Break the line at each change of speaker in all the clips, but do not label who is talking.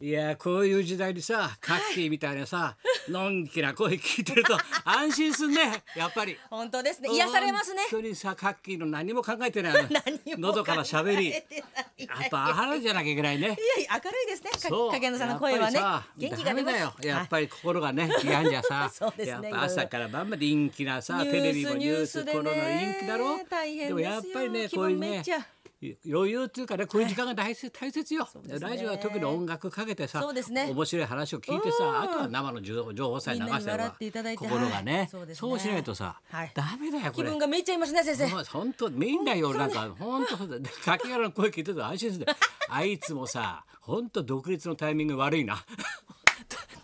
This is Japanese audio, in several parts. いやこういう時代にさカッキーみたいなさ、のんきな声聞いてる と安心すんねやっぱり
本当ですね癒されますね
本当にさカッキーの何も考えてない
何も
のどから喋り
考
や
えてない
っぱあるじゃなきゃいけないね
いやいや明るいですねか
そう
影野さんの声はね
やっぱり
元
さ
気が出ま
ダメだ
す
よや
は
っ
い
ぱり心がね病んじゃさ
そうですね
やっぱ朝から晩まで陰気なさ
いろい
テ
ろ
レビもニ
ニ
ュ
ュ
ー
ー
ス
ス
コロナの
でね
陰気だろ
大変ですよ
もやっぱりねこういう
気分め
ね
っちゃ
余裕っていうかねこういう時間が大切大切よ
うですね
ラジオは特に音楽かけてさ
そうですね
面白い話を聞いてさあとは生の情報さえ流
みんなに
せ
笑
ば
っていただいて
心が
はい
ね
そうですね
そうしないとさ
はい
ダメだよこ
気
れ
分がめいちゃいますね先生
そう本当みんなよなんか本当そうだでかけがらの声聞いてると安心す るんだよあいつもさ本当独立のタイミング悪いな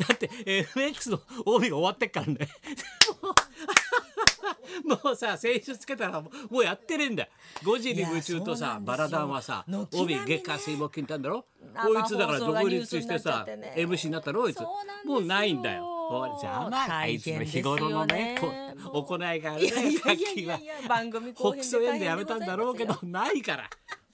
だだって FX の帯が終わってっからね もうさ選手つけたらもうもうやってねえんだよ5時に夢中と
い
さ
やそうなんです
バ
よ
ラダンはさ
軒並み
帯
ね
月火水木金たんだろ
生
こいつだから
放送が
独
ニュー
立
ス
し
にな
て
っちゃっ
さ
てね
MC になったろこいつ
そうなんですよ
もうないんだよおい邪魔あいつの日頃のね
大変ですよね
こう行いがある
いやい
ねさ
や
っ
いや
き
い
は
やいや番組後
北
編
総
で
園
大
でや
変で
め
ござ
たんだ
いますよ
ろうけどないから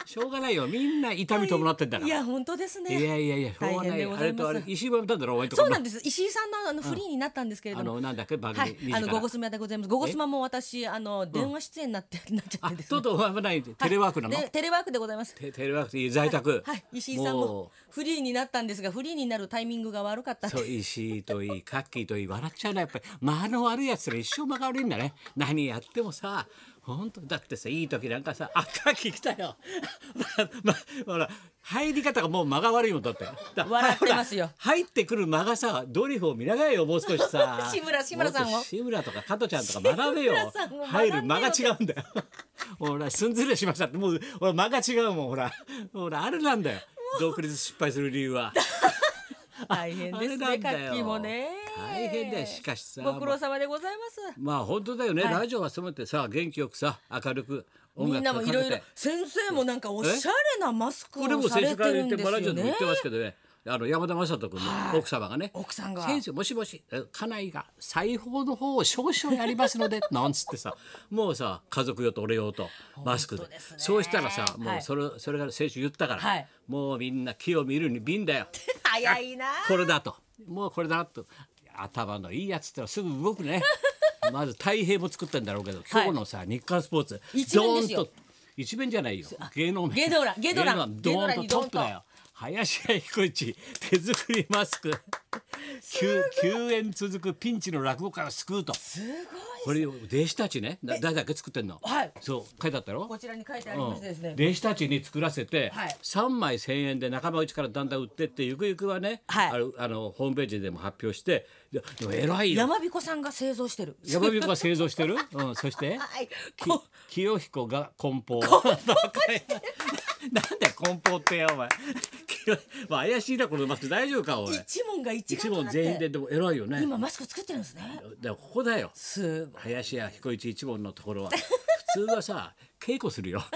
しょうがないよみんな痛み伴ってんだから
いや本当です
い
ね
やいやいやしょうがな
大変
い
で
よ
ご
あ
ざ
れ
います
とあれ石井もやめたんだろお前んとこ
そうな
の
んです石井さんのあのフリーになったんですけれ
あ
ども
のなんだっけ番組2
はい
時、
あ
か
の
ら
ゴゴスマでございます。ゴゴスマも私、あの電話出演になって、なっちゃっ
あ
てです
と
ね
う。とう危ないテレワークなの
でテレワークでございます。
テテレワークという在宅
はい、石井さんも
う
フリーになったんですが、フリーになるタイミングが悪かったんで
そう石井といいカッキーといい笑っちゃうなやっぱり間の悪いやつら一生間が悪いんだね何やってもさ本当だってさいい時なんかさあカッキー来たよま、ま、ほら入り方がもう間が悪いもんだってだ
笑ってますよ
ほら入ってくる間がさドリフを見ながらよもう少しさ
志村志村さんを
もっと志村とか加トちゃんとか学べよ
志村さんを学んでよ
入る間が違うんだよほら寸ずれしましたってもうほら間が違うもんほらほらあれなんだよ独立失敗する理由は。
大変です
あれ
ね。
なんだ
カ
よ
ッキーもね。
大変だよしかしさ
ご苦労様でございます。
まあ本当だよね、
はい
ラジオはせめてさ元気よくさ明るく音
みんな
楽
も
を
い
か
ろ
け
いろ
て
先生もなんかおしゃれなマスク
これ
を
も
さ
先
れ
週か
て
ら
る
言っ
ん
て
です
バラジオ
よ
でも言って。ま
ね
すけどねあの山田雅人君の奥様がね、
奥さんが
先生もしもしえ家内が裁縫の方を少々やりますの でなんつってさもうさ家族用と俺用とマスクで
本当ですね
そうしたらさも
は
う
い
それ,、それが先週言ったから、
はい
もうみんな木を見るに瓶だよ
早いな。
これだともうこれだと頭のいいやつってのはすぐ動く ねまず太平も作ったんだろうけど今日のさ、日刊スポーツ
一面です
ド
よ
ーンと一面じゃないよ芸能面
ゲドラゲドラ
ドーンと
ゲド
ト
ラ
ッ
に
プ
ドーンと
だよ林家彦一手作りマス ク 9, 9円続くピンチの落語から救うと
すごい。
これを弟子たちねだ誰だっけ作ってんの、
はい
そう書いてあったろ
こちらに書いてありましてですね。
弟子たちに作らせて、
はい
三3枚1,000円で仲間内からだんだん売ってってゆくゆくはね、
はい
あのあのホームページでも発表してででも偉いよ
山彦さんが製造してる。
山彦が製造して る、うん、そして
はい。
き
こ
清彦が梱包 なんだよ梱包ってよお前清まあ怪しいなこのマスク大丈夫かお
う
い
一問が一
一
丸と
問
なって
全員ででも偉いよね
今マスク作ってるんですね。
だからここだよ
すごい。
林家彦一一門のところは 普通はさ稽古するよ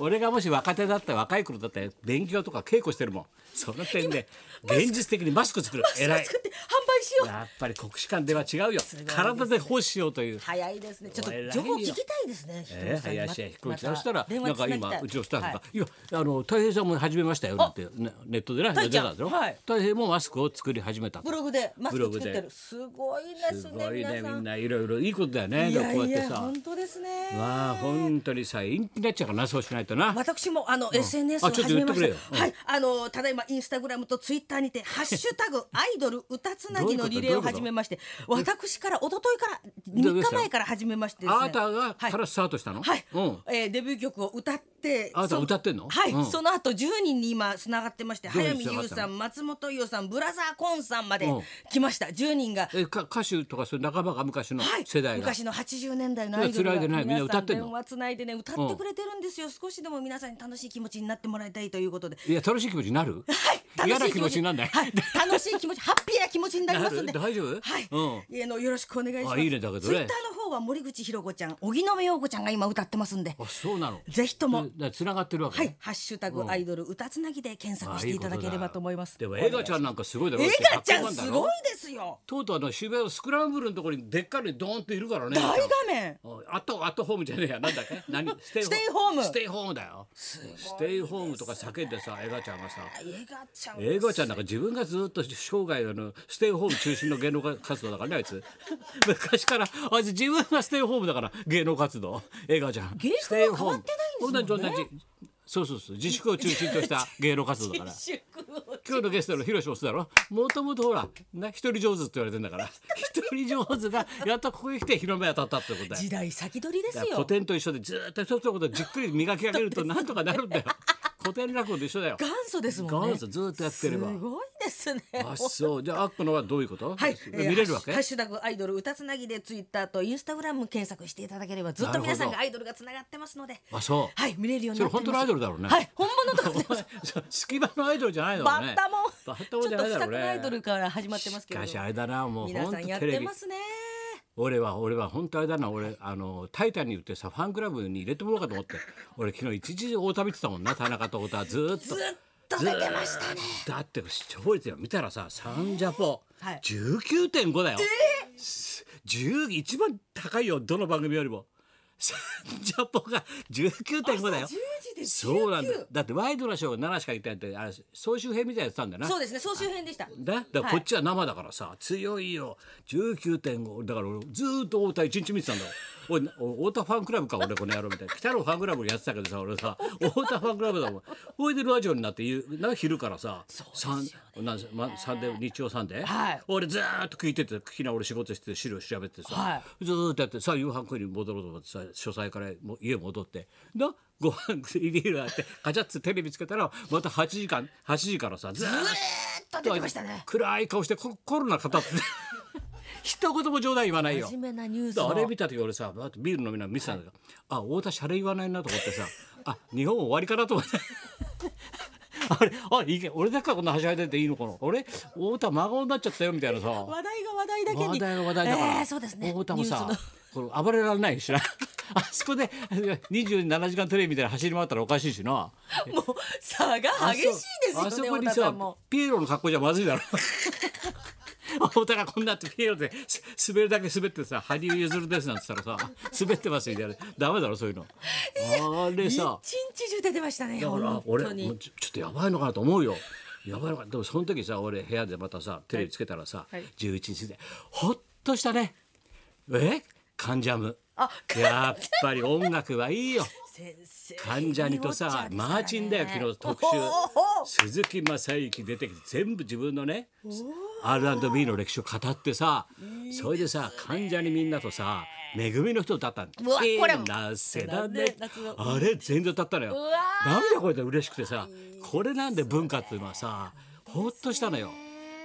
俺がもし若手だったら若い頃だったら勉強とか稽古してるもんその点で現実的にマスク作 る偉い
作って販売しよう。
やっぱり国士舘では違うよ
ごいですね
体で奉仕しようという
早いですね。ちょっ
偉いよ
と情報聞きたいですね。
えー、
ひとみさんにま
林家彦一そ
ま
したら
電
な
話
んか
つぎた
今
いう
ちのスタッフが「、
はい
やあの太平さんも始めましたよ」なんてねネットでね出
太ちゃん
たんですよ
はい
太平もマスクを作り始めた
ブログでマスク作
ブ
っ
ロ
て
グで
る。すごいです
す
ね。
ごいね
皆
み
さ
ん
ん。
ないろいろいいことだよね
い
でも
や
こう
い
やって
や
さ
本当ですね。
わあ本当にさ陰気になっちゃうからなそうしないとな。
私もあの SNS を
あちょっと
始
言
め
ってく
まし
れ
た
よ。うん
はい、あのただいまインスタグラムとツイッターにてハッシュ タグアイドル歌つなぎのリレーを始めまして、私から一昨日から
どういうこ
3
と
日前から始めましてですね。
あなたが
はい
からスタートしたの、
はい、
うん、
えーデビュー曲を歌って
あなた
そ
歌ってんの
はい、
うん
その後10人に今つながってまして
どういう
早
人つな
見優
が
さ
った
ん松本伊代さんブラザーコーンさんまで
うん
来ました10人が。
えか歌手とかそういう仲間が昔の
はい
世、代が、
昔の80年代のアイドル
つな
が
いでないみんな
皆
歌
さ
ってんの
電話つないでね歌ってくれてるんですよ、少しでも皆さんに楽しい気持ちになってもらいたいということで
い、や楽しい気持ちになる、
はい、
嫌
楽
な
しい
気持ちになんない、
はい、 楽しい気持ち、ハッピーな気持ちになりますんで。
なる大丈夫
はい、
う
あのよろしくお願いします。
あいいねだけどね
ツイッターの今日は森口博子ちゃん荻野目洋子ちゃんが今歌ってますんで
あそうなの
ぜひとも
つだつながってるわけ、
はい、ハッシュタグアイドル歌つなぎで検索していただければと思います。
でも映画ちゃんなんかすごいだろ
映画ちゃんすごい
い
ですよ。
とうとうあの渋谷のスクランブルのところにでっかいのにドーンっているからね
大画面。
おいあとアットホームじゃねえやなんだっけ何ステ
ステイホーム
ステイホームだよステイホームとか叫んでさ映画ちゃんがさ
映画ちゃん。
映画ちゃんなんか自分がずっと生涯あのステイホーム中心の芸能活動だからねあい つ昔からあいつ自分がステイホームだから芸能活動映画ちゃん
芸
ス
風
テイ
は
ホー
変わ
ム
ってないんですもんね
同じ同じそうそうそう自粛を中心とした 芸能活動だから
自
今日のゲストの広瀬すだろもともとほらな一人上手って言われてんだから一人上手がやっとここへ来て広め当たったってことだよ
時代先取りですよ。
古典と一緒でずーっと一つのことをじっくり磨き上げるとなんとかなるんだよ古典落語と一緒だよ
元祖ですもんね。
元祖ずーっとやってれば
すごいですね。
あそうじゃあアッコのはどういうこと、
はい、
見れるわ
えー
け
ハッシュハッシュタグアイドル歌つなぎでツイッターとインスタグラム検索していただければずっと皆さん
なるほ
が
ど
アイドルがつながってますので。
あそう
はい、見れるようになってま
それ本
す。
当のアイドルだろうね
はい、本物とかで
そう 隙間のアイドルじゃ ないの
バ
ね
ッタモン。
バッタモン
ち
じ
ょ
ゃ
っ
な
と
い
不
だろ
作
う
のアイド
ね
ルから始まってます
し
けれ
か
ど
しあれだなもう
皆
本
さ
当
んやっ
テレ
て
ビ
ますね
俺は俺は本当あれだな俺あの「タイタン」に言ってさファンクラブに入れてもらおうかと思って俺昨日一時太田見てたもんな田中と太田はずーっと
ずっと出てましたね
だって視聴率が見たらさサンジャポ、
はい
19.5だよ、す10一番高いよどの番組よりもサンジャポが19.5だよ
朝10時で19
そうなんだだってワイドなショーが7しかいってないってあれ総集編みたいなやつなんだよな
そうですね総集編でした
だだから
はい
こっちは生だからさ、強いよ19.5だから俺ずーっと太田一日見てたんだ よおいなお太田ファンクラブか俺この野郎みたいな北のファンクラブやってたけどさ俺さ太田ファンクラブだもんほいでラジオになって夕な昼からさ三なんまサンデー日曜サンデー、
はい
俺ずーっと聞いてて昨日俺仕事して資料調べてさ、
は
ずーっとやってさ夕飯食いに戻ろうと思ってさ書斎からも家戻ってなご飯入りがあってカチャッつテレビつけたらまた8時間8時からさずーっ
ず
と
ーっと出てましたね
暗い顔してココロナ語って 一言も冗談言わないよ
真面目なニュース
だ
を
あれ見た時俺さバーッとビール飲みながら見てたんだけど、あ太田シャレ言わないなと思ってさあ日本終わりかなと思って あれあいいけ俺だからこんなはしゃいでていいのかな俺太田真顔になっちゃったよみたいなさ
話題が話題だけに
話題は話題だから、
えーそうですね
太田も
ニュ
さ
ースの
これ暴れられないしな あそこで27時間テレビみたいな走り回ったらおかしいしな。
もう差が激しいですよね
あそこ
太
に
田さ
さ
んも
ピエロの格好じゃまずいだろ太田がこんなってピエロです滑るだけ滑ってさ「羽生結弦です」なんて言ったらさ滑ってますみたいなダメだろそういうのあれさ
一日中出てましたね
だから
本
俺
当
もう
に
ちょちょっとやばいのかなと思うよやばいのかでもその時さ俺部屋でまたさテレビつけたらさ、
はい
11時でほっとしたねえカンジャム
あ
やっぱり音楽はいいよ
先生
関ジャニとさ、マーチンだよ昨日特集
おーおー
鈴木雅之出てきて全部自分のね R&B の歴史を語ってさそれでさ関ジャニみんなとさ「めぐみの人」歌ったの
うわこれも
なせだね
夏の
あれ全然歌ったのよ
うわ
涙こえて嬉しくてさこれなんで文化っていうのはさほっとしたのよ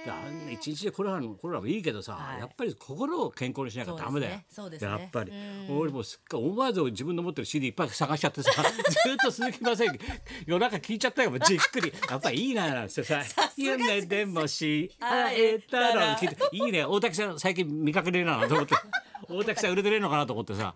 であんな一日でコロナのコロナもいいけどさ、
はい
やっぱり心を健康にしなきゃダメだよ、
そうですね
や
そうですね
っぱり俺もすっかり思わず自分の持ってる CD いっぱい探しちゃってさ ずっと鈴木雅之夜中聞いちゃったよじっく りやっぱいいななんてさ「夢でもし会えたら」聞いていいね大竹さん最近見かけねえなと思って 大竹さん売れてねえのかなと思って さ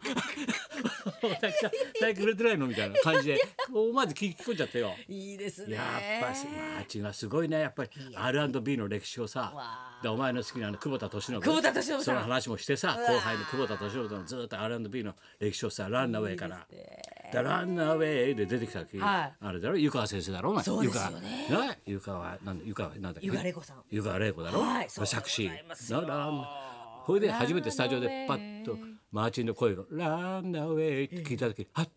大竹さん最近売れてないのみたいな感じで思わず聞き込んじゃったよ。
いいですね
やっぱしマーチンはすごいねやっぱり R&B の歴史をさ
わ
でお前の好きなあの久保田敏信
久保田敏信さん
その話もしてさ後輩の久保田敏信のずっと R&B の歴史をさランナウェイから。だランナウェイで出てきた時、
はい
あれだろ湯川先生だろお前
そうですよね
湯川な湯川なんだ湯川なんだっけ
湯川れい子さん
湯川玲子だろ、
はいそうで
作詞
ございますよ
なランこれで初めてスタジオでパッとマーチンの声が「ランナウェイ」って聞いた時はっ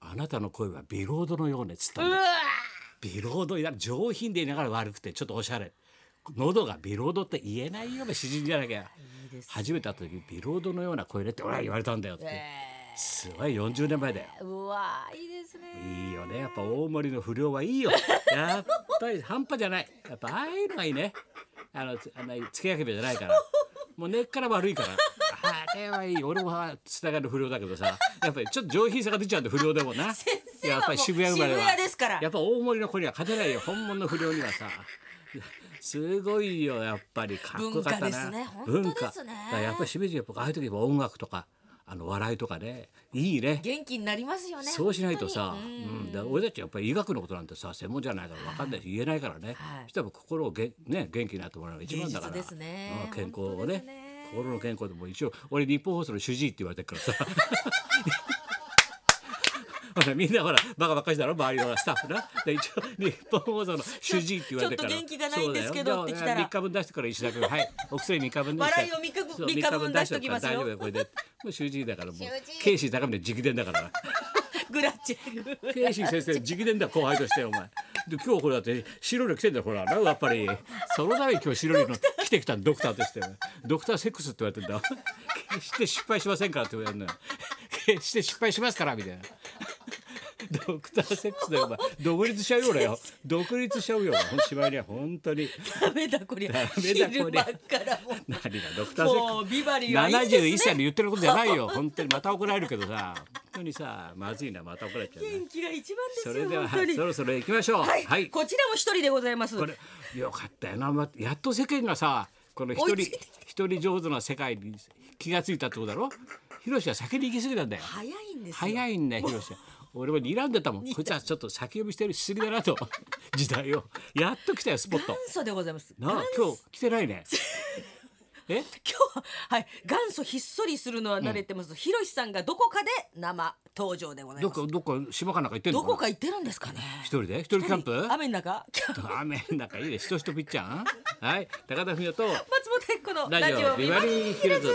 あなたの声はビロードのようね」っつったんだよビロードになる上品でいながら悪くてちょっとおしゃれ喉がビロードって言えないような詩人じゃなきゃ初めて会った時ビロードのような声ねって俺は言われたんだよって、すごい40年前だよ
うわーいいですね
いいよねやっぱ大森の不良はいいよやっぱり半端じゃないやっぱああいうのがいいねあのつあのつけ焼けべじゃないからもう根っから悪いからあれはいい俺もつながる不良だけどさやっぱりちょっと上品さが出ちゃうんで不良でもな
生はもう
やっぱり渋谷生まれは
渋谷ですから
やっぱ大森の子には勝てないよ本物の不良にはさすごいよやっぱりかっこよかったな
文化ですね本当ですね
文化だからやっぱりしめじやっぱああいう時は音楽とかあの笑いとかねいいね
元気になりますよね
そうしないとさ、
本当に
うんだから俺たちやっぱり医学のことなんてさ専門じゃないから分かんないし言えないからね、
はい
そしたら心をげ、ね、元気になってもらうのが一番だから
芸術ですね
うん健康を
本当で
ね
すね
心の健康でも一応俺日本放送の主治医って言われてるからさ ほらみんなほらバカばっかりだろ周りのスタッフなで一応日本放送の主治医って言われてるから
ちょっと元気がないんですけどって来たら
3日分出してから石田君はいお薬3日分出して
笑いを三日分
そう
三日分出しときますよ
大丈夫よこれでもう主治医だからもう警視高峰直伝だからな
グラッチェル
ケイシー先生 直伝だ後輩としてお前で今日これだって白いの着てんだよほらなやっぱり そのために今日白いの着てきたのドクターとしてドクターセックスって言われてんだ決して失敗しませんからって言われるのよ決して失敗しますからみたいなドクターセックスでお前独立しちゃうよ俺よ独立しちゃうよほんしまいには本当に
ダメだこりゃ
メだこりゃ
昼間からも
何がドクターセックス
もうビバリーはいいで
71
すね
歳の言ってることじゃないよ本当にまた怒られるけどさ本当にさまずいなまた怒られちゃうね
元気が一
そ
番です
れ
よ
では、
本当
はい
に
そろそろ行きましょう。
はい、
はい
こちらも一人でございます
これよかったよな、ま、やっと世間がさこの一
追いつい
人
て
一人上手な世界に気がついたってことだろヒロシは先に行き過ぎたんだよ
早いんですよ
早いんだよヒロシは俺も睨んでた もんこいつはちょっと先読みしてるしすぎだなと時代をやっと来たよスポット
元祖でございます
なあ
元祖
今日来てない ねえ
今日は、はい、元祖ひっそりするのは慣れてます。ひろしさんがどこかで生登場でござい
ど
ます。
こどこ島かなんか行ってんの
どこか行ってるんですかね。
一人で一人キャンプ
雨の中。
雨の中いいねしとしとぴっちゃんはい高田文夫と
松本彦の
ラ
ラ
ジ
ジ
オ
オ
ビ
ビ
バ
バ
リ
リ
ー
ー
ヒ
ヒ
ル
ル
ズ
ズ。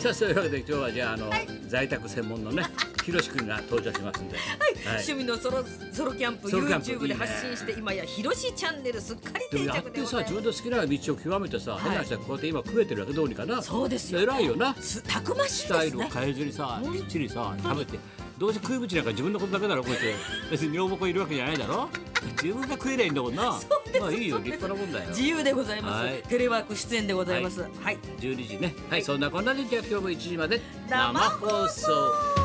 さあそういうわけで今日はじゃああの、在宅専門の ねひろしくんが登場しますんではい
趣味のソロソロキャンプ
ソロキャンプ
YouTube
いい
で
ね
発信して今やひろしチャンネルすっかり
でも
定
やっ
着で
て
ござ
さ
い
自
ま
分の好きな道を極めてさ、変な人はこうやって今食えてるだけどうにかな
そうですよ
偉いよな
す。たくまし
ス
い
タイ
です
ルを
ね。
変えずにさきっちりさ食べてどうせ食い口なんか自分のことだけだろこいつ別に女房子いるわけじゃないだろ自分が食えないんだもんな
そうです
まあいいよ
そうで
立
す
派なもんだよ
自由でございます、
はい
テレワーク出演でございます。はい
12時ねはい、そんなこんなでじゃあ今日も1時まで
生放送